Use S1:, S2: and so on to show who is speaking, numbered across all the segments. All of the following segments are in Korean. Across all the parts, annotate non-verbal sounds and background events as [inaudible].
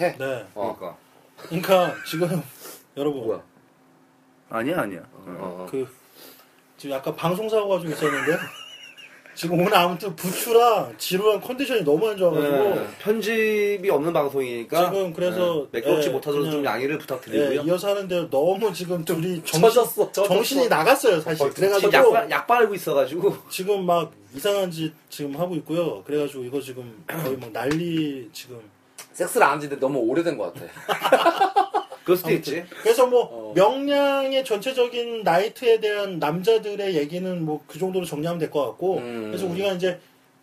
S1: 해.
S2: 네.
S1: 어.
S3: 그러니까.
S2: 그러니까 지금 여러분
S1: 뭐야?
S4: 아니야 아니야.
S3: 음.
S4: 어.
S1: 어.
S2: 그 지금 약간 방송사고가 좀 있었는데 지금 오늘 아무튼 부추랑 지루한 컨디션이 너무 안 좋아가지고
S1: 네, 편집이 없는 방송이니까
S2: 지금 그래서
S1: 네, 매끄럽지
S2: 예,
S1: 못하셔서
S2: 그냥-
S1: 좀 양해를
S2: 예,
S1: 부탁드리고요.
S2: 이어서 하는데 너무 지금 둘이 정신,
S1: 쳐졌어, 쳐졌어.
S2: 정신이 나갔어요 사실
S1: 지금
S2: 그래가지고
S1: 약, 약 바르고 있어가지고 [laughs]
S2: 지금 막 이상한 짓 지금 하고 있고요 그래가지고 이거 지금 거의 막 난리 지금
S3: 섹스를 안한지 너무 오래된 것
S2: 네.
S3: 같아.
S1: 그럴 수도 있지.
S2: 그래서
S1: 어.
S2: 뭐 명량의 전체적인 나이트에 대한 남자들의 얘기는 뭐 그 정도로 정리하면 될 것 같고
S3: 음.
S2: 그래서 우리가 이제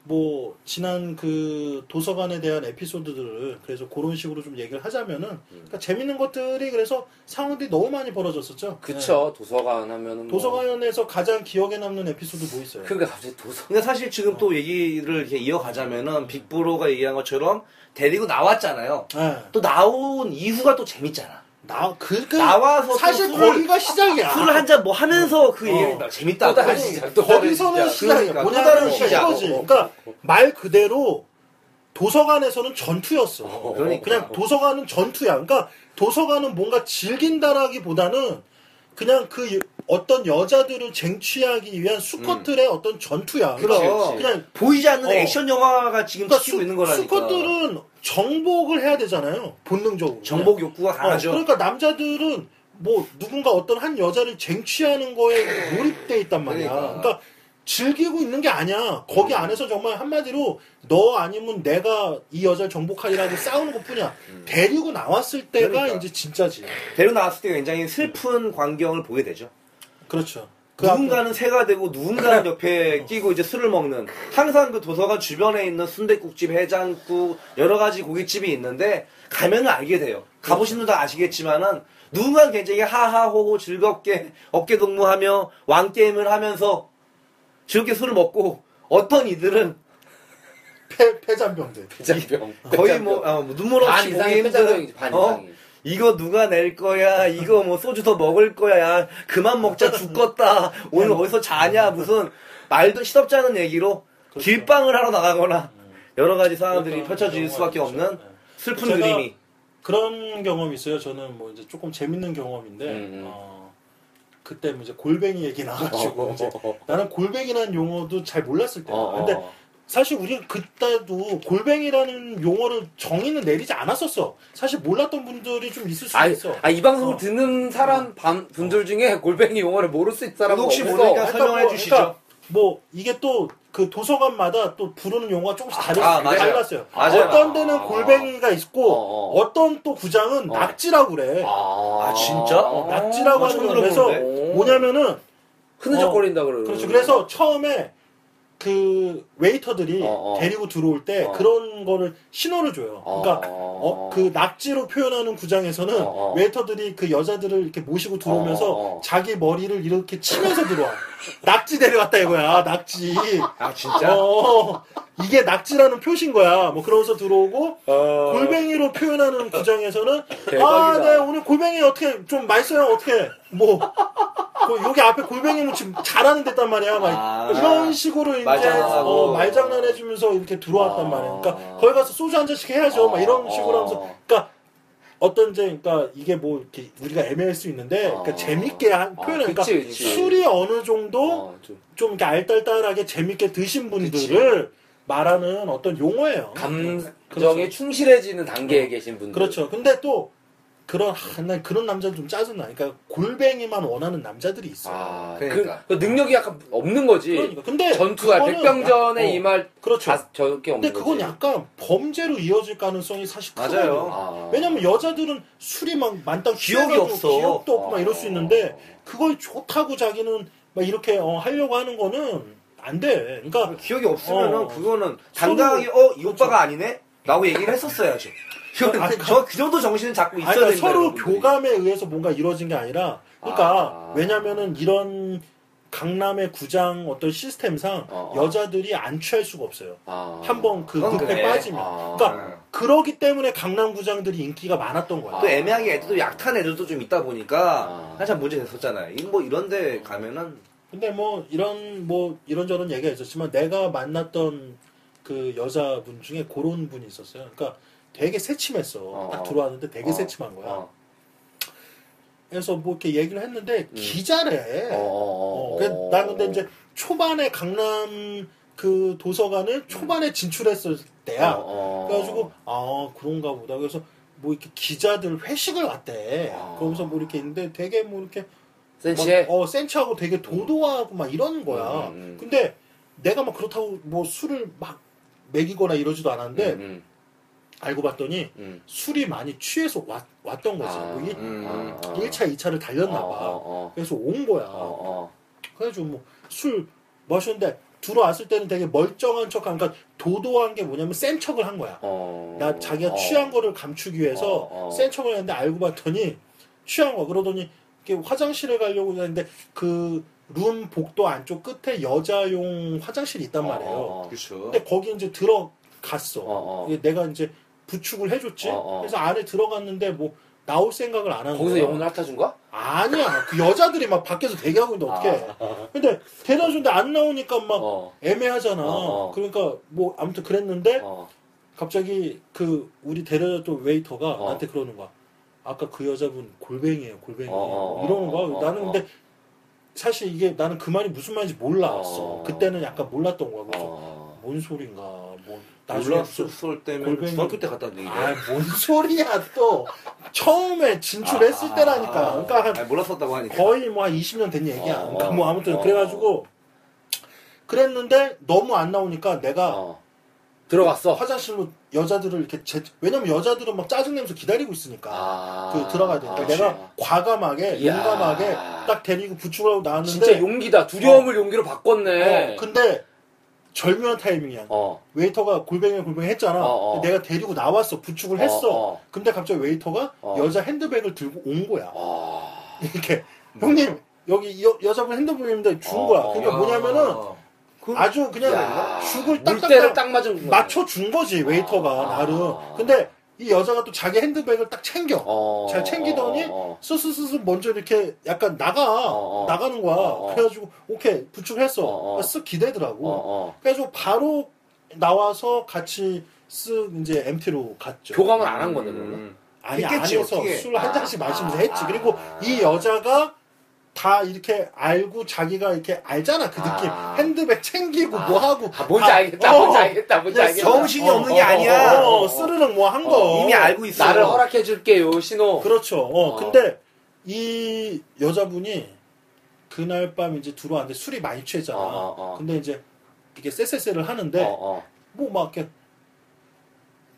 S2: 뭐 지난 그 도서관에 대한 에피소드들을 그래서 그런 식으로 좀 얘기를 하자면은
S1: 음.
S2: 그러니까 재밌는 것들이 그래서 상황들이 너무 많이 벌어졌었죠.
S3: 그쵸 도서관 하면은
S2: 네.
S3: 뭐.
S2: 도서관에서 가장 기억에 남는 에피소드 뭐 있어요?
S3: 그러니까 갑자기 도서
S1: 근데 사실 지금 또 얘기를 이렇게 이어가자면은 빅브로가 얘기한 것처럼 데리고 나왔잖아요.
S2: 네.
S1: 또 나온 이후가 또 재밌잖아.
S2: 나, 그, 그,
S1: 나와서 또
S2: 사실
S1: 술을-
S2: 거기가 시작이야.
S1: 술 한 잔 뭐 하면서 그
S2: 아. 어.
S1: 얘기를 막 재밌다.
S3: 또 다른
S1: 아니,
S3: 시작. 또 다른
S2: 거기서는
S3: 시작.
S2: 시작이야.
S1: 그러니까,
S2: 뭐
S1: 또 다른
S2: 다른 시작.
S1: 시작. 어.
S2: 이거지. 그러니까 말 그대로 도서관에서는 전투였어.
S1: 그러니까.
S2: 냥 도서관은 전투야. 그러니까 도서관은 뭔가 즐긴다라기보다는 그냥 그 여- 어떤 여자들을 쟁취하기 위한 수컷들의 어떤 전투야.
S1: 음.
S2: 그러니까
S1: 그럼.
S2: 그냥
S1: 보이지 않는
S2: 어.
S1: 액션 영화가 지금
S2: 그러니까
S1: 찍히고
S2: 수,
S1: 있는 거라니까.
S2: 수컷들은 정복을 해야 되잖아요. 본능적으로.
S1: 정복 욕구가
S2: 어,
S1: 강하죠.
S2: 그러니까 남자들은 뭐 누군가 어떤 한 여자를 쟁취하는 거에 몰입돼 있단 말이야. 그러니까.
S1: 그러니까. 음.
S2: 즐기고 있는 게 아니야. 거기 안에서 정말 한마디로 너 아니면 내가 이 여자를 정복하리라고 싸우는 것뿐이야. 데리고 나왔을 때가
S1: 음. 그러니까.
S2: 이제 진짜지.
S1: 데리고 나왔을 때 굉장히 슬픈 광경을 보게 되죠.
S2: 그렇죠. 그
S1: 누군가는 새가 되고 누군가는 옆에 끼고 이제 술을 먹는 항상 그 도서관 주변에 있는 순댓국집 해장국 여러 가지 고깃집이 있는데 가면은 알게 돼요 가보신 분도 아시겠지만은 누군가는 굉장히 하하호호 즐겁게 어깨 동무하며 왕 게임을 하면서 즐겁게 술을 먹고 어떤 이들은
S2: 패, 패잔병들.
S3: 장병
S1: 거의
S2: 아,
S1: 뭐 어, 눈물
S3: 반
S1: 없이
S3: 이상이
S1: 보기
S3: 끝장병이지,
S1: 힘든
S3: 반
S1: 어?
S3: 이상이.
S1: 이거 누가 낼 거야 이거 뭐 소주 더 먹을 거야 야, 그만 먹자 죽겠다 오늘 어디서 자냐 무슨 말도 시덥지 않은 얘기로 길빵을 하러 나가거나 여러 가지 상황들이
S2: 그렇죠. 음. 그러니까
S1: 펼쳐질
S2: 영화죠.
S1: 수밖에 없는
S2: 네.
S1: 슬픈
S2: 제가
S1: 그림이
S2: 그런 경험이 있어요. 저는 뭐 이제 조금 재밌는 경험인데,
S3: 음, 음.
S2: 어, 그때 뭐 이제 골뱅이 얘기 나와가지고,
S3: 어, 어,
S2: 이제
S3: 어, 어.
S2: 나는 골뱅이라는 용어도 잘 몰랐을 때야.
S3: 어,
S2: 근데
S3: 어.
S2: 사실 우리가 그때도 골뱅이라는 용어를 정의는 내리지 않았었어. 사실 몰랐던 분들이 좀 있을 수도
S3: 아,
S2: 있어.
S3: 아, 이 방송을
S2: 어.
S3: 듣는 사람 반- 분들 중에 골뱅이 용어를 모를 수 있는 사람은
S1: 혹시
S3: 없어.
S1: 모르니까
S2: 그러니까
S1: 설명해
S2: 뭐,
S1: 주시죠.
S2: 그러니까 뭐 이게 또 그 도서관마다 또 부르는 용어가 조금씩 다르,
S1: 아, 맞아요.
S2: 달랐어요.
S1: 맞아요.
S2: 어떤 데는
S3: 아.
S2: 골뱅이가
S3: 어,
S2: 있고
S3: 어.
S2: 어, 떤또 구장은
S3: 어.
S2: 낙지라고 그래.
S3: 아,
S1: 아, 진짜? 어,
S2: 낙지라고
S1: 아,
S2: 하는
S1: 처음
S2: 거예요. 그래서
S3: 들어보는데.
S2: 뭐냐면은
S3: 흐느적거린다 그러는.
S2: 그렇죠. 그래서 처음에 그 웨이터들이
S3: 어, 어.
S2: 데리고 들어올 때
S3: 어.
S2: 그런 거를 신호를 줘요. 그러니까 어,
S3: 어,
S2: 그 낙지로 표현하는 구장에서는
S3: 어, 어.
S2: 웨이터들이 그 여자들을 이렇게 모시고 들어오면서
S3: 어, 어.
S2: 자기 머리를 이렇게 치면서 들어와. [laughs] 낙지 데려왔다 이거야. 낙지.
S1: 아 진짜
S2: 어, 이게 낙지라는 표시인 거야. 뭐 그러면서 들어오고 골뱅이로 표현하는 구장에서는 아,
S3: 대박이다.
S2: 네 오늘 골뱅이 어떻게 좀 맛있어요? 어떻게 뭐 뭐 여기 앞에 골뱅이 무침 잘하는 데단 말이야. 막
S1: 아.
S2: 이런 식으로 이제
S1: 말장난하고.
S2: 어, 말장난해주면서 이렇게 들어왔단
S3: 아.
S2: 말이야. 그러니까 거기 가서 소주 한 잔씩 해야죠. 막 이런 식으로 하면서 그러니까. 어떤 이제 그러니까 이게 뭐 이렇게 우리가 애매할 수 있는데 그러니까
S3: 아.
S2: 재밌게 한
S3: 아,
S2: 표현을
S3: 그치,
S2: 그러니까
S3: 그치.
S2: 술이 어느 정도
S3: 어, 좀
S2: 좀 이렇게 알딸딸하게 재밌게 드신 분들을 말하는 어떤 용어예요.
S3: 감정에
S2: 그렇죠.
S3: 충실해지는 단계에 계신 분들.
S2: 그렇죠. 근데 또 그런 하, 난 그런 남자는 좀 짜증나. 그러니까 골뱅이만 원하는 남자들이 있어.
S3: 아,
S1: 그러니까.
S3: 그, 그 능력이 약간 없는 거지.
S2: 그러니까 근데
S3: 전투할
S2: 그거는
S3: 백병전에
S2: 약- 어,
S3: 임할
S2: 그렇죠.
S3: 자, 저게 없는
S2: 근데 그건
S3: 거지.
S2: 약간 범죄로 이어질 가능성이 사실
S1: 맞아요.
S2: 크거든요.
S3: 아.
S2: 왜냐면 여자들은 술이 막 만땅
S1: 기억이
S2: 취해가지고
S1: 없어.
S2: 기억도 없고 막 이럴 수
S3: 어.
S2: 있는데 그걸 좋다고 자기는 막 이렇게 어, 하려고 하는 거는 안 돼. 그러니까
S1: 기억이 없으면은
S2: 어. 그렇죠.
S1: 그거는 당당하게 어 이 오빠가 아니네 라고 얘기를 했었어야지
S2: [laughs] 아니,
S1: 저 그 정도 정신은 잡고 있어야
S2: 아니, 그러니까
S1: 된다
S2: 서로
S1: 여러분들이.
S2: 교감에 의해서 뭔가 이루어진 게 아니라 그러니까
S3: 아.
S2: 왜냐면은 이런 강남의 구장 어떤 시스템상
S3: 어, 어.
S2: 여자들이 안 취할 수가 없어요.
S3: 아.
S2: 한번 그
S1: 그건
S2: 늪에
S1: 그래.
S2: 빠지면.
S3: 아.
S2: 그러니까 그러기 때문에 강남 구장들이 인기가 많았던 거야.
S1: 또 애매하게 애들도 약한 애들도 좀 있다 보니까
S3: 아.
S1: 한참 문제 됐었잖아요. 이거 뭐 이런데 가면은
S2: 근데 뭐 이런 뭐 이런저런 얘기가 있었지만 내가 만났던 그 여자분 중에 그런 분이 있었어요. 그러니까 되게 새침했어.
S3: 어,
S2: 딱
S3: 어.
S2: 들어왔는데 되게
S3: 어,
S2: 새침한 거야.
S3: 어.
S2: 그래서 뭐 이렇게 얘기를 했는데 기자래.
S3: 어, 어,
S2: 어,
S3: 어,
S2: 그나 근데 이제 초반에 강남 그 도서관을 초반에 진출했을 때야.
S3: 어, 어.
S2: 그래가지고 아 그런가 보다. 그래서 뭐 이렇게 기자들 회식을 왔대.
S3: 아.
S2: 그러면서 뭐 이렇게 있는데 되게 뭐 이렇게
S3: 센치해.
S2: 막, 어 센치하고 되게 도도하고 막 이런 거야.
S3: 음, 음.
S2: 근데 내가 막 그렇다고 뭐 술을 막 먹이거나 이러지도 않았는데
S3: 음, 음,
S2: 알고 봤더니
S3: 음.
S2: 술이 많이 취해서 왔, 왔던 거지.
S3: 아,
S2: 뭐 일,
S3: 음, 음.
S2: 1차, 2차를 달렸나
S3: 어,
S2: 봐.
S3: 어, 어.
S2: 그래서 온 거야.
S3: 어, 어.
S2: 그래가지고 뭐 술 마셨는데 들어왔을 때는 되게 멀쩡한 척 한, 그러니까 도도한 게 뭐냐면 센 척을 한 거야.
S3: 어.
S2: 나 자기가
S3: 어.
S2: 취한 거를 감추기 위해서
S3: 어, 어.
S2: 센 척을 했는데 알고 봤더니 취한 거야. 그러더니 이렇게 화장실에 가려고 했는데 그 룸 복도 안쪽 끝에 여자용 화장실이 있단 말이에요.
S3: 어, 어.
S1: 그렇죠.
S2: 근데 거기 이제 들어갔어.
S3: 어, 어.
S2: 이게 내가 이제 부축을 해줬지.
S3: 어, 어.
S2: 그래서 안에 들어갔는데 뭐 나올 생각을 안 한 거야.
S3: 거기서 영혼을 핥아준 거야?
S2: 아니야. 그 여자들이 막 밖에서 대기하고 있는데 어떻게 해. 근데 데려다 주는데 안 나오니까 막
S3: 아. 어.
S2: 애매하잖아.
S3: 어, 어.
S2: 그러니까 뭐 아무튼 그랬는데
S3: 어.
S2: 갑자기 그 우리 데려다줬던 웨이터가
S3: 어.
S2: 나한테 그러는 거야. 아까 그 여자분 골뱅이에요, 골뱅이.
S3: 어, 어, 어,
S2: 이러는 거야.
S3: 어, 어,
S2: 나는
S3: 어.
S2: 근데 사실 이게 나는 그 말이 무슨 말인지 몰랐어.
S3: 어.
S2: 그때는 약간 몰랐던 거야. 그래서
S3: 어.
S2: 뭔 소린가. 뭐 나중에
S1: 몰랐을 때면
S2: 골뱅이-
S1: 중학교 때 갔다 온 얘기야.
S2: 아뭔 소리야 또 처음에 진출했을
S1: 아,
S2: 때라니까. 그러니까 한
S1: 아니, 몰랐었다고 하니까.
S2: 거의 뭐 한 20년 된 얘기야.
S3: 어,
S2: 그러니까 뭐 아무튼
S3: 어.
S2: 그래가지고 그랬는데 너무 안 나오니까 내가
S3: 어. 들어갔어.
S2: 화장실로 여자들을 이렇게 제, 왜냐면 여자들은 막 짜증내면서 기다리고 있으니까
S3: 아.
S2: 그 들어가야 되니까
S3: 아,
S2: 내가 과감하게
S3: 이야.
S2: 용감하게 딱 데리고 부축하고 나왔는데
S3: 진짜 용기다. 두려움을 용기로 바꿨네.
S2: 어, 근데 절묘한 타이밍이야.
S3: 어.
S2: 웨이터가 골뱅이 골뱅이 했잖아.
S3: 어, 어.
S2: 내가 데리고 나왔어 부축을 했어.
S3: 어, 어.
S2: 근데 갑자기 웨이터가
S3: 어.
S2: 여자 핸드백을 들고 온 거야.
S3: 아.
S2: 이렇게 형님 여기 여, 여자분 핸드폰인데 준
S3: 어,
S2: 거야.
S3: 어.
S2: 그러니까 뭐냐면은
S1: 그-
S2: 아주 그냥
S3: 야.
S2: 죽을
S3: 물대를
S2: 딱딱딱
S3: 딱 맞은 거야.
S2: 맞춰 준 거지 웨이터가
S3: 아.
S2: 나름. 근데 이 여자가 또 자기 핸드백을 딱 챙겨.
S3: 어.
S2: 잘 챙기더니
S3: 어.
S2: 스스스스 먼저 이렇게 약간 나가
S3: 어, 어.
S2: 나가는 거야.
S3: 어, 어.
S2: 그래가지고 오케이 부축했어.
S3: 어, 어.
S2: 쓱 기대더라고.
S3: 어. 어.
S2: 그래가지고 바로 나와서 같이 쓱 이제 MT로 갔죠.
S3: 교감을 안 한 건데 그러면.
S1: 음.
S2: 아니
S1: 했겠지,
S2: 안에서
S1: 어떻게.
S2: 술 한 잔씩
S3: 아,
S2: 마시면서
S3: 아,
S2: 했지. 그리고
S3: 아.
S2: 이 여자가 다 이렇게 알고 자기가 이렇게 알잖아 그 느낌.
S3: 아.
S2: 핸드백 챙기고
S3: 아.
S2: 뭐 하고.
S3: 아, 뭔지
S2: 다-
S3: 알겠다.
S2: 어,
S3: 뭔지 알겠다. 뭔지
S2: 그냥
S3: 알겠다.
S1: 정신이
S3: 어,
S1: 없는 게
S3: 어, 어,
S1: 아니야.
S3: 어, 어, 어.
S2: 어, 쓰르륵 뭐 한 거.
S1: 이미 알고 있어.
S3: 나를 허락해 줄게요. 신호.
S2: 그렇죠. 어,
S3: 어.
S2: 근데 이 여자분이 그날 밤 이제 들어왔는데 술이 많이 취했잖아.
S3: 어, 어, 어.
S2: 근데 이제 이게 쎄쎄쎄를 하는데
S3: 어, 어.
S2: 뭐 막 이렇게 [laughs]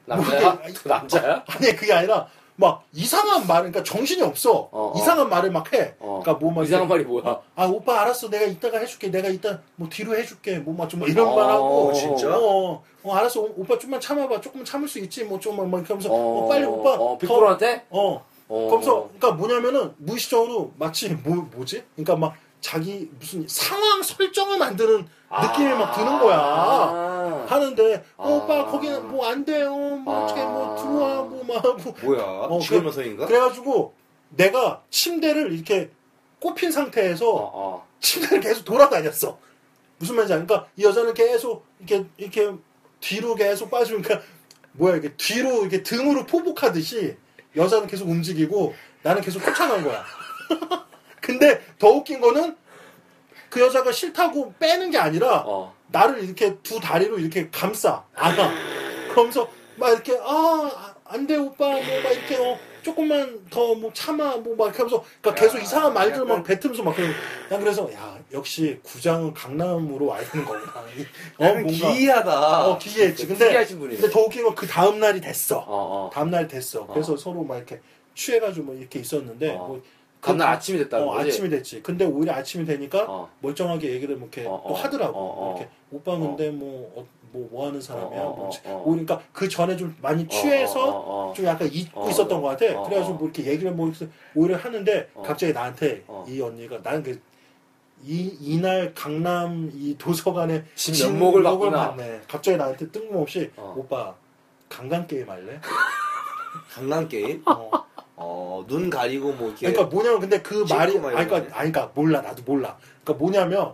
S3: 남자야?
S2: 뭐,
S3: 그 남자야?
S2: 아니 그게 아니라 막 이상한 말을 그러니까 정신이 없어.
S3: 어, 어.
S2: 이상한 말을 막 해.
S3: 어.
S2: 그러니까 뭐막
S3: 이상한 말이 뭐야?
S2: 아 오빠 알았어 내가 이따가 해줄게 내가 이따 뭐 뒤로 해줄게 뭐막좀뭐 이런
S3: 어,
S2: 말 하고
S3: 어, 진짜?
S2: 어, 어, 어, 알았어 오, 빠 좀만 참아봐 조금 참을 수 있지 뭐 좀만 막 하면서 어, 빨리 오빠
S3: 어,
S2: 더-
S3: 빅토르한테?
S2: 어
S3: 어.
S2: 그래서 그러니까 뭐냐면은 무의식적으로 마치 뭐 뭐지? 그러니까 막 자기 무슨 상황 설정을 만드는 느낌이 막 드는 거야.
S3: 아.
S2: 하는데
S3: 아.
S2: 어, 오빠 거기는 뭐 안 돼요. 뭐 어떻게 뭐
S3: 아.
S2: 들어와 뭐 막 하고
S1: 뭐야?
S2: 어,
S1: 죽으면서인가?
S2: 그래가지고 내가 침대를 이렇게 꼽힌
S3: 어,
S2: 상태에서
S3: 어.
S2: 침대를 계속 돌아다녔어. 무슨 말인지 아니까 그러니까 이 여자는 계속 이렇게 이렇게 뒤로 계속 빠지니까 뭐야 이게 뒤로 이렇게 등으로 포복하듯이 여자는 계속 움직이고 나는 계속 쫓아간 거야. [laughs] 근데 더 웃긴 거는 그 여자가 싫다고 빼는 게 아니라
S3: 어.
S2: 나를 이렇게 두 다리로 이렇게 감싸 안아 그러면서 막 이렇게 아안돼 오빠 뭐 막 이렇게 어 조금만 더 뭐 참아 뭐 막 이렇게 하면서 그러니까 계속
S1: 야,
S2: 이상한 말들 막
S1: 약간-
S2: 뱉으면서 막 그런 난 그래서 야 역시 구장은 강남으로 와야 되는 거구나 어
S1: 약간
S2: 뭔가
S1: 기이하다.
S2: 어 기이했지 근데
S3: 특이하신 분이네.
S2: 근데 더 웃긴 건 그 다음 날이 됐어
S3: 어, 어.
S2: 다음 날 됐어 그래서 서로 막 이렇게 취해가지고 뭐 이렇게 있었는데
S3: 어.
S2: 뭐
S3: 다음날 아침이 됐다는
S2: 어,
S3: 거지?
S2: 아침이 됐지. 근데 오히려 아침이 되니까
S3: 어.
S2: 멀쩡하게 얘기를 뭐 이렇게
S3: 어,
S2: 또
S3: 어,
S2: 하더라고.
S3: 어, 어.
S2: 이렇게 오빠 근데 뭐, 어, 뭐, 뭐 하는 사람이야.
S3: 어, 어,
S2: 뭐지?
S3: 어, 어.
S2: 오니까 그 전에 좀 많이 취해서
S3: 어, 어, 어, 어.
S2: 좀 약간 잊고
S3: 어,
S2: 있었던
S3: 어,
S2: 것 같아.
S3: 어,
S2: 그래가지고
S3: 어.
S2: 뭐 이렇게 얘기를 뭐 이렇게 오히려 하는데
S3: 어.
S2: 갑자기 나한테
S3: 어.
S2: 이 언니가 나는 그 이, 이날 강남 이 도서관에
S3: 집 면목을
S2: 면목을
S3: 봤구나.
S2: 봤네. 갑자기 나한테 뜬금없이
S3: 어.
S2: 오빠 강간 게임
S3: [laughs]
S2: 할래?
S1: 강남 게임.
S2: 어.
S1: 어, 눈 가리고 뭐 이렇게.
S2: 그러니까 뭐냐면 근데 그
S1: 찍고
S2: 말이
S1: 막
S2: 아니 그러니까,
S1: 이러네.
S2: 아니 그러니까 몰라 나도 몰라. 그러니까 뭐냐면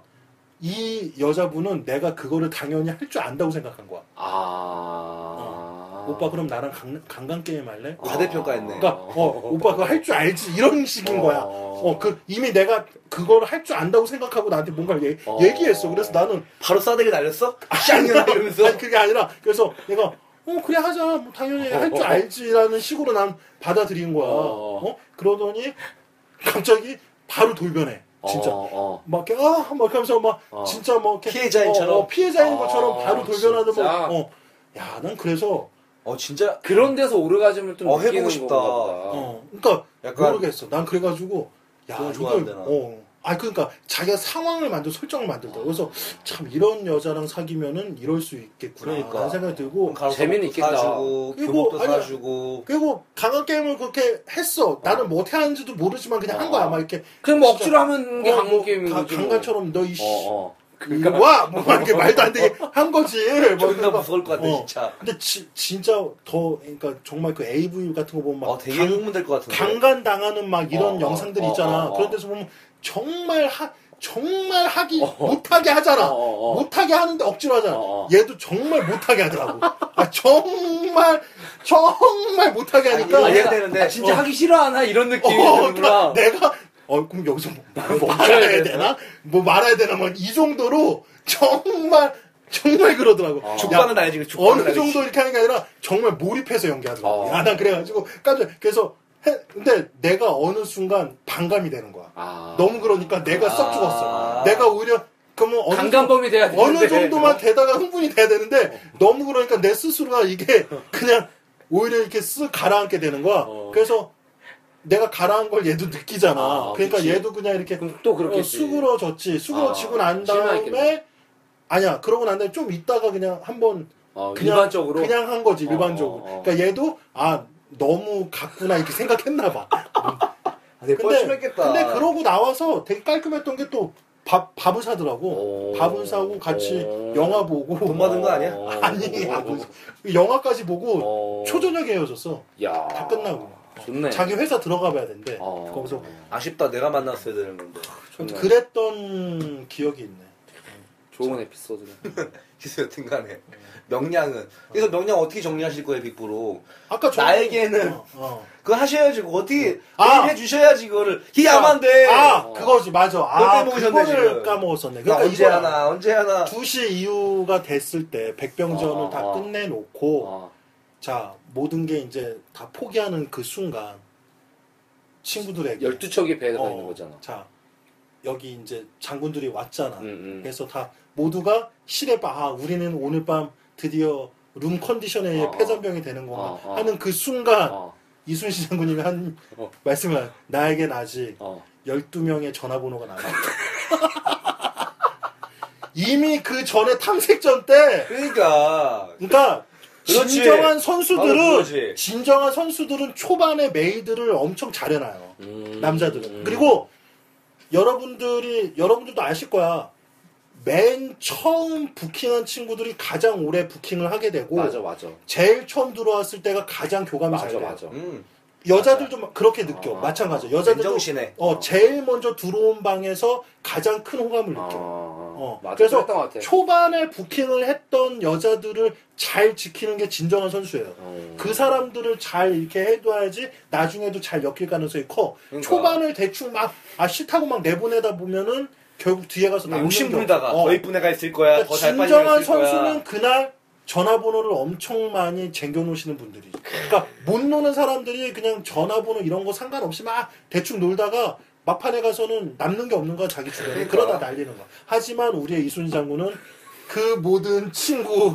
S2: 이 여자분은 내가 그거를 당연히 할 줄 안다고 생각한 거야.
S3: 아.
S2: 어. 오빠 그럼 나랑 강, 강간 게임 할래?
S1: 과대평가했네.
S2: 그러니까 어, 오빠 그거 할 줄 알지 이런 식인 거야. 어 그 이미 내가 그걸 할 줄 안다고 생각하고 나한테 뭔가를 얘,
S3: 어.
S2: 얘기했어. 그래서 나는
S1: 바로 싸대기 날렸어? 샹이나
S2: 그러니까
S1: 이러면서
S2: 아니 그게 아니라 그래서 내가 어 그래 하자 뭐 당연히
S1: 어.
S2: 할 줄 알지라는 식으로 난 받아들인 거야.
S3: 어.
S2: 어 그러더니 갑자기 바로 돌변해. 진짜
S3: 어, 어.
S2: 막 이렇게 아막 하면서 막
S3: 어.
S2: 진짜 막 이렇게
S1: 피해자인처럼?
S2: 어, 어, 피해자인 것처럼
S3: 아,
S2: 바로 돌변하는 뭐, 어.
S3: 진짜?
S2: 뭐어야난 그래서
S1: 어 진짜
S3: 그런 데서 오르가즘을 좀
S1: 어, 해보고
S3: 느끼는
S1: 싶다.
S3: 건가 보다.
S2: 어 그러니까
S1: 아. 약간
S2: 모르겠어 난 그래가지고 야
S1: 그거
S2: 이걸
S1: 좋아한대, 나.
S2: 어아 그러니까 자기가 상황을 만들 설정을 만들다 그래서 참 이런 여자랑 사귀면은 이럴 수 있겠구나
S1: 아. 그러니까.
S2: 라는 생각이 들고
S1: 가로수
S3: 재미는
S1: 먹고
S3: 있겠다.
S1: 사주고
S2: 그리고
S1: 교복도
S2: 아니야.
S1: 사주고
S2: 그리고 강한 게임을 그렇게 했어
S1: 아.
S2: 나는 뭐 어떻게 하는지도 모르지만 그냥 한 거야 막 이렇게
S3: 그냥 뭐
S2: 진짜.
S3: 억지로 하는 게
S2: 어,
S3: 강목
S2: 뭐
S3: 게임인
S2: 가-
S3: 거지. 뭐.
S2: 강간처럼 너 이씨
S3: 어, 어.
S2: 그러니까 와뭐 이렇게 말도
S1: [laughs]
S2: 안 되게
S1: 어.
S2: 한 거지 뭐
S1: 존나
S2: 그러니까
S1: 무서울 것 같아
S2: 어.
S1: 진짜
S2: 근데 지- 진짜 더 그러니까 정말 그 AV 같은 거 보면 막
S1: 어 되게
S2: 강-
S1: 흥분될 것 같은데
S2: 강간 당하는 막 이런
S3: 어, 어,
S2: 영상들
S3: 어,
S2: 있잖아.
S3: 어, 어, 어.
S2: 그런 데서 보면 정말 하 정말 하기 못하게 하잖아.
S3: 어, 어, 어.
S2: 못하게 하는데 억지로 하잖아.
S3: 어, 어.
S2: 얘도 정말 못하게 하더라고. 아 정말 정말 못하게 하니까
S1: 아니, 해야
S3: 얘가
S1: 되는데.
S3: 아, 진짜 하기 싫어하나 이런 느낌이
S2: 어, 그러니까
S3: 드는구나.
S2: 내가 어 그럼 여기서 뭐, 뭐
S3: 멈춰야
S2: 말아야
S3: 되나?
S2: 되나? 뭐 말아야 되나? 막 이 정도로 정말 정말 그러더라고.
S3: 어.
S2: 야,
S1: 죽방은 알지 죽방은
S2: 어느
S1: 알지
S2: 정도 이렇게 하는 게 아니라 정말 몰입해서 연기하더라고.
S3: 어.
S2: 야, 난 그래가지고 깜짝 그래서 해, 근데 내가 어느 순간 반감이 되는 거야.
S3: 아.
S2: 너무 그러니까 내가 썩 죽었어. 내가 오히려 그러면 어느
S3: 강간범이 돼야
S2: 정도, 어느
S3: 되는데. 어.
S2: 정도만 되다가 흥분이 돼야 되는데 너무 그러니까 내 스스로가
S3: [laughs]
S2: 이게 그냥 오히려 이렇게 쓱 가라앉게 되는 거야.
S3: 어.
S2: 그래서 내가 가라앉은 걸 얘도 느끼잖아.
S3: 아,
S2: 그러니까
S3: 그치.
S2: 얘도 그냥 이렇게
S3: 그럼 또
S2: 어,
S3: 그렇겠지.
S2: 수그러졌지. 수그러지고
S3: 아,
S2: 난 다음에
S3: 실망했겠네.
S2: 아니야. 그러고 난 다음에 좀 있다가 그냥 한번
S3: 어,
S2: 그냥,
S3: 일반적으로.
S2: 그냥 한 거지
S3: 어,
S2: 일반적으로.
S3: 어, 어.
S2: 그러니까 얘도 아 너무 같구나 이렇게
S1: [laughs]
S2: 생각했나 봐.
S1: 아. 근데 아, 뻔뻔했겠다
S2: 근데 그러고 나와서 되게 깔끔했던 게 또 밥, 밥을 사더라고.
S3: 오.
S2: 밥을 사고 같이
S3: 오.
S2: 영화 보고.
S1: 어. 돈 받은 거 아니야?
S3: 어.
S2: [laughs] 아니, 아니. 영화까지 보고
S3: 어.
S2: 초저녁에 헤어졌어.
S3: 야.
S2: 다 끝나고.
S3: 좋네.
S2: 자기 회사 들어가 봐야 된대.
S3: 어.
S2: 거기서.
S1: 아쉽다 내가 만났어야 되는 건데 [laughs]
S3: 좋네.
S2: 그랬던 기억이 있네.
S3: 좋은 에피소드네.
S1: 그래서 여튼간에
S2: 음.
S1: 명량은 그래서 명량 어떻게 정리하실 거예요 빅브로
S2: 아까 저-
S1: 나에게는
S2: 어, 어.
S1: 그거 하셔야지 그거 어떻게
S2: 아!
S1: 매일 해주셔야지 그거를 이게 야만 돼
S2: 아,
S3: 어.
S2: 그거지, 맞아. 아,
S1: 그걸 빼먹으셨네,
S2: 그거를
S1: 지금.
S2: 까먹었었네.
S1: 나
S2: 그러니까
S1: 언제
S2: 이거야.
S1: 하나 언제 하나
S2: 2시 이후가 됐을 때 백병전을
S3: 어,
S2: 다
S3: 어.
S2: 끝내놓고
S3: 어.
S2: 자 모든 게 이제 다 포기하는 그 순간 친구들에게
S3: 12척이 배에 가
S2: 어,
S3: 있는 거잖아.
S2: 자 여기 이제 장군들이 왔잖아.
S3: 음, 음.
S2: 그래서 다 모두가 실에 봐. 아, 우리는 오늘 밤 드디어 룸 컨디션에 의해
S3: 어,
S2: 폐전병이 되는 거나
S3: 어, 어.
S2: 하는 그 순간
S3: 어.
S2: 이순신 장군님이 한
S3: 어.
S2: 말씀을 나에겐 아직
S3: 어.
S2: 12명의 전화번호가 남아. [laughs] 이미 그 전에 탐색전 때,
S1: 그러니까
S2: 그러니까
S1: 그렇지.
S2: 진정한
S1: 바로
S2: 선수들은
S1: 그거지.
S2: 진정한 선수들은 초반에 메이드를 엄청 잘해놔요.
S3: 음.
S2: 남자들은.
S3: 음.
S2: 그리고 여러분들이 여러분들도 아실 거야. 맨 처음 부킹한 친구들이 가장 오래 부킹을 하게 되고
S3: 맞아 맞아.
S2: 제일 처음 들어왔을 때가 가장 교감이 어. 잘
S3: 맞아
S2: 돼요.
S3: 맞아.
S1: 음
S2: 여자들도 막 그렇게 느껴.
S3: 아.
S2: 마찬가지야. 여자들도
S1: 맨정신에
S2: 어, 제일 먼저 들어온 방에서 가장 큰 호감을
S3: 아,
S2: 느껴. 어,
S3: 맞아.
S2: 그래서
S3: 그랬던
S1: 네.
S3: 것 같아.
S2: 초반에 부킹을 했던 여자들을 잘 지키는 게 진정한 선수예요.
S1: 음.
S3: 어.
S2: 그 사람들을 잘 이렇게 해둬야지 나중에도 잘 엮일 가능성이 커.
S1: 그러니까.
S2: 초반을 대충 막, 아, 싫다고 막 내보내다 보면은 결국 뒤에 가서 남는
S1: 욕심
S2: 게
S1: 부리다가
S2: 없어. 어.
S1: 더 이쁜 애가 있을 거야
S2: 그러니까
S1: 더 잘 빠진 애가
S2: 진정한
S1: 있을 거야
S2: 선수는 그날 전화번호를 엄청 많이 쟁겨놓으시는 분들이. 그러니까 못 노는 사람들이 그냥 전화번호 이런 거 상관없이 막 대충 놀다가 막판에 가서는 남는 게 없는 거야 자기 주변에. 그러다 날리는 거야. 하지만 우리의 이순신 장군은 그 모든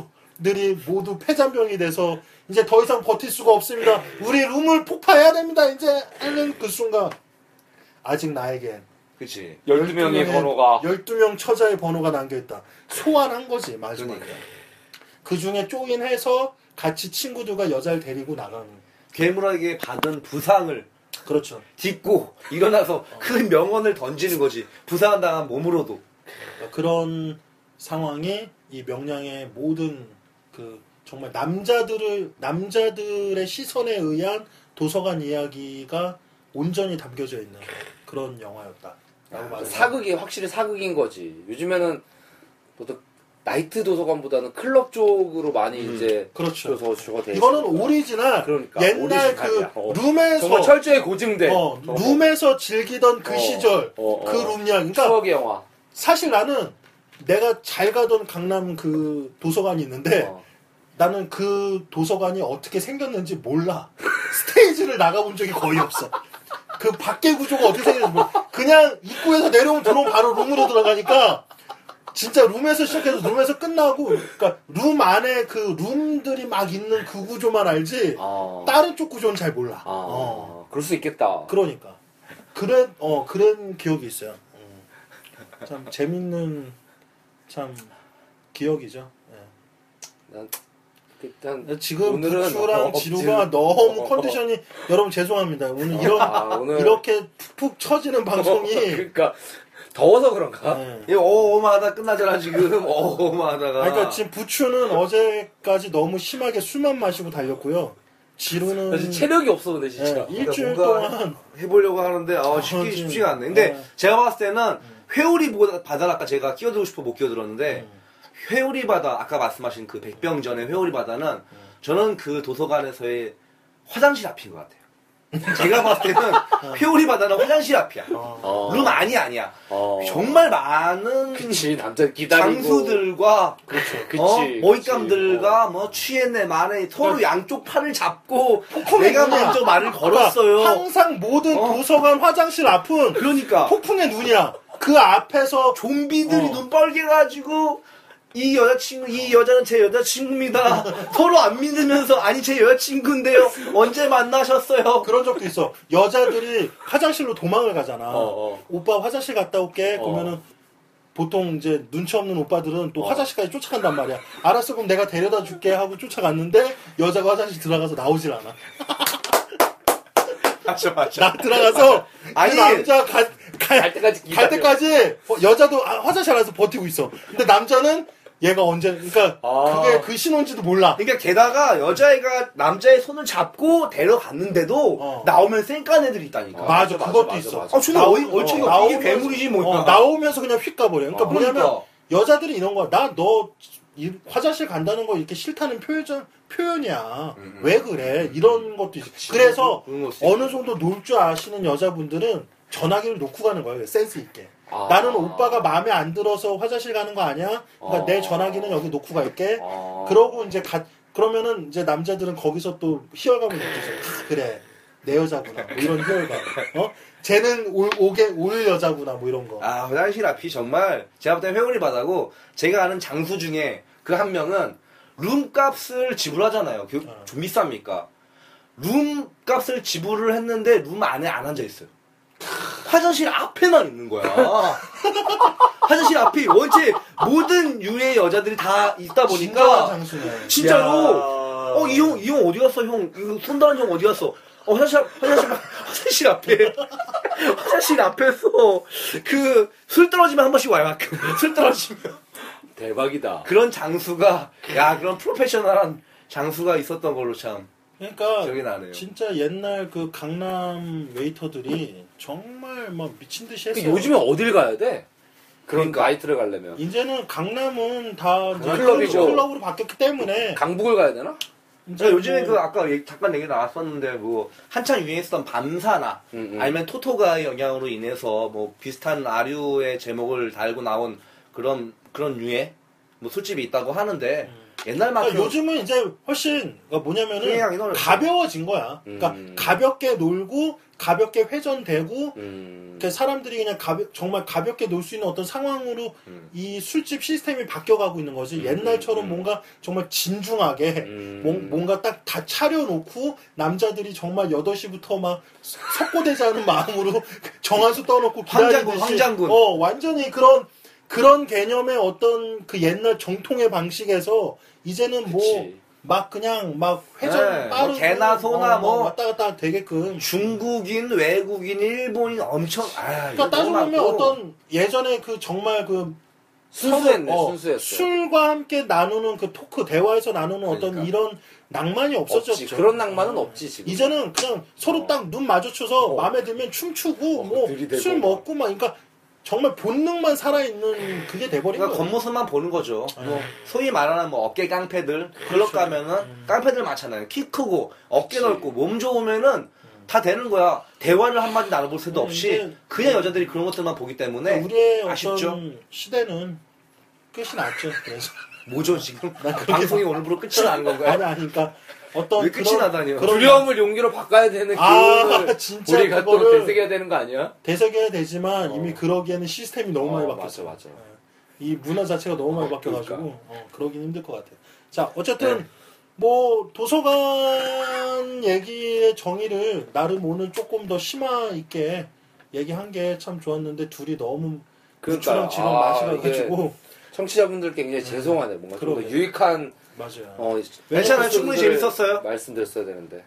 S2: 친구들이 모두 폐잔병이 돼서 이제 더 이상 버틸 수가 없습니다. 우리 룸을 폭파해야 됩니다. 이제 하는 그 순간 아직 나에겐
S1: 그치
S3: 12명의 번호가
S2: 12명 처자의 번호가 남겨있다. 소환한 거지, 마지막에.
S1: 그러니까.
S2: 그 중에 쪼인해서 같이 친구들과 여자를 데리고 나가는.
S1: 괴물에게 받은 부상을
S2: 그렇죠.
S1: 딛고 일어나서 그 명언을 던지는 거지 부상당한 몸으로도
S2: 그러니까 그런 상황이 이 명량의 모든 그 정말 남자들을, 남자들의 시선에 의한 도서관 이야기가 온전히 담겨져 있는 아,
S3: 아,
S2: 그런 영화였다. 라고 말해요.
S3: 사극이 확실히 사극인 거지. 요즘에는 보통 나이트 도서관보다는 클럽 쪽으로 많이 이제
S2: 그렇죠.
S3: 도서가 돼.
S2: 이거는
S3: 있습니다.
S2: 오리지널
S3: 그러니까,
S2: 옛날
S3: 오리지널이야.
S2: 그
S3: 어.
S2: 룸에서
S3: 정말 철저히 고증된
S2: 어, 룸에서 즐기던 그
S3: 어.
S2: 시절
S3: 어, 어.
S2: 그 룸량. 그러니까
S3: 추억의 영화.
S2: 사실 나는 내가 잘 가던 강남 그 도서관이 있는데
S3: 어.
S2: 나는 그 도서관이 어떻게 생겼는지 몰라. [laughs] 스테이지를 나가본 적이 거의 없어. 그 밖에 구조가 어떻게 생겼는지 몰라. 그냥 입구에서 내려오면 들어오면 바로 룸으로 들어가니까 진짜 룸에서 시작해서 룸에서 끝나고 그러니까 룸 안에 그 룸들이 막 있는 그 구조만 알지
S3: 아.
S2: 다른 쪽 구조는 잘 몰라.
S3: 아.
S2: 어.
S3: 그럴 수 있겠다.
S2: 그러니까 그런 어 그런 기억이 있어요. 음. 참 재밌는 참 기억이죠. 예.
S3: 난 일단
S2: 지금
S3: 오늘은
S2: 부추랑
S3: 어,
S2: 지루가
S3: 지루.
S2: 너무
S3: 어, 어.
S2: 컨디션이 여러분 죄송합니다. 오늘 이런
S3: 아, 오늘-
S2: 이렇게 푹푹 처지는 방송이 예.
S3: 그러니까 더워서 그런가?
S2: 아니,
S1: 이 예, 어마하다 끝나잖아
S2: [laughs]
S1: 지금 어마하다가.
S2: 그러니까 지금 부추는 어제까지 너무 심하게 술만 마시고 달렸고요. 지루는
S3: 나 지금 체력이 없어 근데 진짜. 그러니까
S2: 예, 일주일
S1: 그러니까 뭔가
S2: 동안
S1: 해보려고 하는데 아,
S2: 아,
S1: 쉽게
S2: 지금.
S1: 쉽지가 않네. 근데
S2: 아.
S1: 제가 봤을 때는 회오리 보다- 바다는 아까 제가 끼어들고 싶어 못 끼어들었는데
S2: 네.
S1: 회오리 바다 아까 말씀하신 그 백병전의 회오리 바다는
S2: 네.
S1: 저는 그 도서관에서의 화장실 앞인 것 같아요. 제가 봤을
S2: [laughs]
S1: 때는
S2: 아.
S1: 회오리 바다는 화장실 앞이야.
S3: 어.
S1: 룸 안이 아니야.
S3: 어.
S1: 정말 많은
S3: 그치 남자 기다리고
S1: 장수들과
S2: 그렇죠.
S3: 그치, 어.
S1: 어?
S3: 그치.
S1: 모익감들과
S2: 어.
S1: 뭐 취했네 마네 서로
S2: 그러니까
S1: 양쪽 팔을 잡고 내가
S2: 눈이야.
S1: 먼저 말을
S2: 그러니까 [laughs]
S1: 걸었어요.
S2: 항상 모든
S1: 어.
S2: 도서관 화장실 앞은
S1: 그러니까
S2: 폭풍의 눈이야. 그 앞에서
S1: 좀비들이
S2: 어.
S1: 눈 빨개 가지고 이 여자친구 이 여자는 제 여자친구입니다. [laughs] 서로 안 믿으면서 아니 제 여자친구인데요. 언제 만나셨어요?
S2: 그런 적도 있어. 여자들이 화장실로 도망을 가잖아.
S3: 어, 어.
S2: 오빠 화장실 갔다 올게.
S3: 어.
S2: 그러면은 보통 이제 눈치 없는 오빠들은 또 화장실까지 쫓아간단 말이야. 알았어, 그럼 내가 데려다 줄게 하고 쫓아갔는데 여자가 화장실 들어가서 나오질 않아.
S1: 맞아 맞아.
S2: 나 들어가서
S1: 아니.
S2: 그 남자 가, 가-
S3: 갈 때까지 기다려.
S2: 갈 때까지 어, 여자도 아, 화장실 안에서 버티고 있어. 근데 남자는 얘가 언제 그러니까
S3: 아.
S2: 그게 그 신호인지도 몰라.
S1: 그러니까 게다가 여자애가 남자의 손을 잡고 데려갔는데도
S2: 어.
S1: 나오면 쌩깐 애들이 있다니까.
S2: 아, 맞아, 그것도 있어.
S1: 아, 저는 어이, 어이없이
S2: 나오면서-
S1: 이게 괴물이지 뭐.
S2: 어, 나오면서 그냥 휙 가버려. 그러니까
S1: 어,
S2: 뭐냐면
S1: 그러니까.
S2: 여자들이 이런 거야. 나 너 화장실 간다는 거 이렇게 싫다는 표현 표현이야. 왜 그래? 이런 것도 있어. 그래서
S1: 음, 그런 거 있어.
S2: 어느 정도 놀 줄 아시는 여자분들은 전화기를 놓고 가는 거예요. 센스 있게.
S3: 아.
S2: 나는 오빠가 마음에 안 들어서 화장실 가는 거 아니야. 그러니까
S3: 아.
S2: 내 전화기는 여기 놓고 갈게.
S3: 아.
S2: 그러고 이제 가 그러면은 이제 남자들은 거기서 또 희열감을 느끼죠. 아, 그래 내 여자구나 뭐 이런 희열감. 어? 쟤는 올 오게 올 여자구나 뭐 이런 거.
S1: 아 화장실 앞이 정말 제가 볼 땐 회오리 바다고 제가 아는 장수 중에 그 한 명은 룸값을 지불하잖아요. 그,
S2: 어.
S1: 좀 비쌉니까? 룸값을 지불을 했는데 룸 안에 안 앉아 있어요. 화장실 앞에만 있는
S2: [laughs]
S1: 거야. 화장실 앞이 원체 모든 유의 여자들이 다 있다
S2: 진정한
S1: 보니까
S2: 장수네.
S1: 진짜로
S3: 야.
S1: 어 이 형 이 형 어디 갔어 형 이거 손다는 형 어디 갔어 어 화장실 앞- 화장실 앞- 화장실 앞에 [laughs] 화장실 앞에서 그 술 떨어지면 한 번씩 와요 가끔. 술 떨어지면
S3: 대박이다.
S1: 그런 장수가 야 그런 프로페셔널한 장수가 있었던 걸로 참 기억이
S2: 그러니까
S1: 나네요.
S2: 진짜 옛날 그 강남 웨이터들이 정말 막 미친 듯이
S3: 그
S2: 했어.
S3: 요즘에 어딜 가야 돼? 그런
S1: 그러니까.
S3: 나이트를 가려면
S2: 이제는 강남은 다 이제
S3: 클럽이죠.
S2: 클럽으로 바뀌었기 때문에
S3: 강북을 가야 되나?
S1: 제가
S2: 이제
S1: 요즘에
S2: 뭐-
S1: 그 아까 얘기- 잠깐 얘기 나왔었는데 뭐 한창 유행했던 밤사나
S3: 음, 음.
S1: 아니면 토토가의 영향으로 인해서 뭐 비슷한 아류의 제목을 달고 나온 그런 그런 유해 뭐 술집이 있다고 하는데
S3: 음. 아,
S1: 옛날만큼
S2: 그러니까 요즘은 이제 훨씬 그러니까
S1: 흥행하기
S2: 뭐냐면은
S1: 어렵죠.
S2: 가벼워진 거야. 그러니까
S3: 음.
S2: 가볍게 놀고 가볍게 회전되고
S3: 음.
S2: 그러니까 사람들이 그냥 가벼- 정말 가볍게 놀 수 있는 어떤 상황으로
S3: 음.
S2: 이 술집 시스템이 바뀌어가고 있는 거지. 옛날처럼
S3: 음.
S2: 뭔가 정말 진중하게
S3: 음.
S2: 뭔- 뭔가 딱 다 차려놓고 남자들이 정말 8시부터 막 석고대자는 [laughs] 마음으로 정한수 떠놓고 기다리듯이
S1: 황장군, 황장군.
S2: 어, 완전히 그런 그런 개념의 어떤 그 옛날 정통의 방식에서 이제는 뭐
S3: 그치.
S2: 막 그냥 막 회전
S1: 네, 뭐
S2: 빠르고
S1: 개나 소나
S2: 어, 막
S1: 뭐.
S2: 왔다 갔다
S3: 아,
S2: 되게끔
S1: 중국인, 외국인, 일본인 엄청 아,
S2: 그러니까 따지고 보면 어떤 예전에 그 정말 그
S3: 순수했네,
S2: 서로,
S3: 순수했어.
S2: 술과 함께 나누는 그 토크 대화에서 나누는 어떤
S3: 그러니까.
S2: 이런 낭만이 없었죠.
S3: 없지. 그런 낭만은 없지 지금.
S2: 이제는 그냥 서로
S3: 어.
S2: 딱 눈 마주쳐서
S3: 어.
S2: 마음에 들면 춤추고
S3: 어,
S1: 그
S2: 뭐
S3: 들이대고
S2: 술
S3: 막.
S2: 먹고 막 그러니까 정말 본능만 살아있는 그게 돼버린
S1: 그러니까
S2: 거예요.
S1: 겉모습만 보는 거죠.
S2: 네.
S1: 뭐 소위 말하는 뭐 어깨 깡패들
S2: 그렇죠.
S1: 클럽
S2: 음.
S1: 가면은 깡패들 많잖아요. 키 크고 어깨 넓고 몸 좋으면은 다 되는 거야. 대화를 한마디 나눠볼 새도
S2: 음, 그러니까
S1: 없이
S2: 이게-
S1: 그냥 여자들이 그런 것들만 보기 때문에
S2: 우리의 어떤
S1: 네. 아쉽죠.
S2: 시대는 끝이 났죠. 그래서
S1: 뭐죠
S2: [laughs]
S1: 지금 방송이 오늘부로 끝이 나는 건가요?
S2: 아니 아니니까 어떤
S1: 왜 끝이 나다니요?
S2: 그런
S3: 두려움을 용기로 바꿔야 되는 그
S2: 아, 진짜
S3: 우리가 또
S2: 그거를-
S3: 되새겨야 되는 거 아니야?
S2: 되새겨야 되지만
S3: 어.
S2: 이미 그러기에는 시스템이 너무 많이
S3: 어,
S2: 바뀌었어요.
S3: 맞아, 맞아.
S2: 예. 이 문화 자체가 너무 많이 바뀌어가지고 어, 그러긴 힘들 것 같아요. 자 어쨌든
S3: 네.
S2: 뭐 도서관 얘기의 정의를 나름 오늘 조금 더 심화 있게 얘기한 게 참 좋았는데 둘이 너무
S3: 그러니까요.
S2: 유출한 지금
S3: 아,
S2: 마시가지고
S3: 청취자분들께 굉장히 죄송하네. 뭔가 좀 더
S2: 그러게요.
S3: 유익한
S2: [laughs] 맞아요.
S3: 어,
S1: 괜찮아요. 충분히
S3: 에피소드를
S1: 재밌었어요.
S3: 말씀드렸어야 되는데.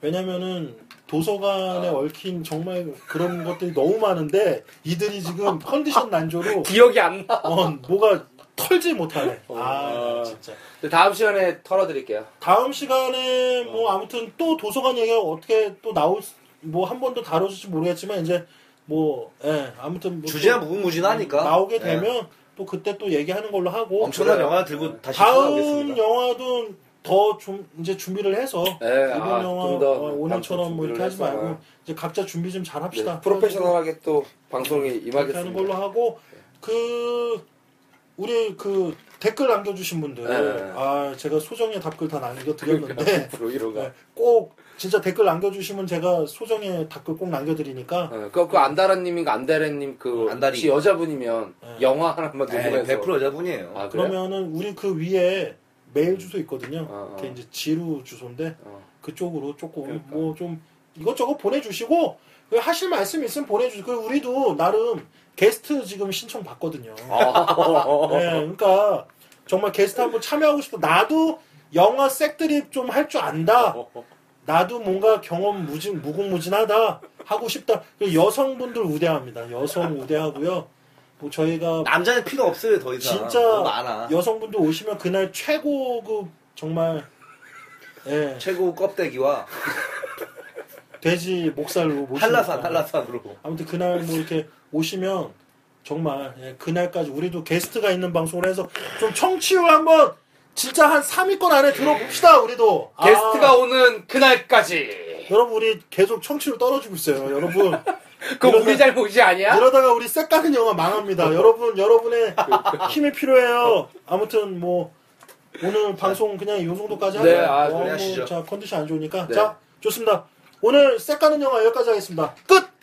S2: 왜냐면은
S3: 아.
S2: 도서관에 얽힌 정말 그런 것들이 너무 많은데 이들이 지금 컨디션 난조로
S3: 기억이 안 나.
S2: 어, 뭐가 털질 못하네. 아 진짜.
S3: 근데 다음 시간에 털어드릴게요.
S2: 다음 시간에 뭐 아무튼 또 도서관 얘기가 어떻게 또 나올 뭐 한 번 더 다뤄질지 모르겠지만 이제 뭐 예, [laughs] 아무튼 뭐
S1: 주제가
S2: 또
S1: 무궁무진하니까
S2: 나오게
S1: 예.
S2: 되면 또 그때 또 얘기하는 걸로 하고
S1: 엄청난
S3: 그래요.
S1: 영화 들고 다시
S2: 다음
S1: 찾아오겠습니다.
S2: 영화도 더 좀 이제 준비를 해서
S3: 예,
S2: 이번
S3: 아,
S2: 영화
S3: 좀더
S2: 어, 오늘처럼 뭐 이렇게 하지
S3: 준비를 해서.
S2: 말고 이제 각자 준비 좀 잘 합시다.
S3: 네, 프로페셔널하게 또 방송에
S2: 그렇게 하는 걸로
S3: 임하겠습니다.
S2: 하고 그 우리 그 댓글 남겨주신 분들
S3: 네.
S2: 아 제가 소정의 답글 다 남겨드렸는데 [laughs]
S3: 브로이로가.
S2: 네, 꼭 진짜 댓글 남겨주시면 제가 소정의 댓글 꼭 남겨드리니까
S3: 어, 그, 그 안다라님인가 안다라님 그
S1: 안다리.
S3: 혹시 여자분이면
S2: 네.
S3: 영화 하나만
S1: 네,
S3: 녹음해서
S1: 100% 여자분이에요.
S3: 아 그래요?
S2: 그러면은 우리 그 위에 메일 주소 있거든요.
S3: 어, 어.
S2: 그게 이제 지루 주소인데
S3: 어.
S2: 그쪽으로 조금
S3: 그러니까.
S2: 뭐 좀 이것저것 보내주시고 그 하실 말씀 있으면 보내주세요. 그 우리도 나름 게스트 지금 신청 받거든요. [laughs] 네, 그러니까 정말 게스트 한번 참여하고 싶어. 나도 영화 색드립 좀 할 줄 안다. 나도 뭔가 경험 무진 무궁무진하다 하고 싶다. 그리고 여성분들 우대합니다. 여성 우대하고요. 뭐 저희가
S1: 남자는 필요 없어요 더 이상.
S2: 진짜
S1: 너무 많아.
S2: 여성분들 오시면 그날 최고급 정말 예
S1: 최고 껍데기와
S2: 돼지 목살로 모시니까.
S1: 한라산 한라산으로.
S2: 아무튼 그날 뭐 이렇게 오시면 정말 예, 그날까지 우리도 게스트가 있는 방송을 해서 좀 청취율 한번 진짜 한 3위권 안에 들어봅시다 우리도 아,
S3: 게스트가 오는 그날까지.
S2: 여러분 우리 계속 청취율 떨어지고 있어요
S3: [laughs]
S2: 여러분
S3: 그 우리
S2: 이러다-
S3: 잘못이 아니야?
S2: 이러다가 우리 색 가는 영화 망합니다 여러분 여러분의 힘이 필요해요 아무튼 뭐 오늘 방송 그냥 이 정도까지
S3: 네,
S2: 하고요
S3: 아,
S1: 그래 하시죠.
S2: 자 컨디션 안 좋으니까
S3: 네.
S2: 자 좋습니다 오늘 색 가는 영화 여기까지 하겠습니다 끝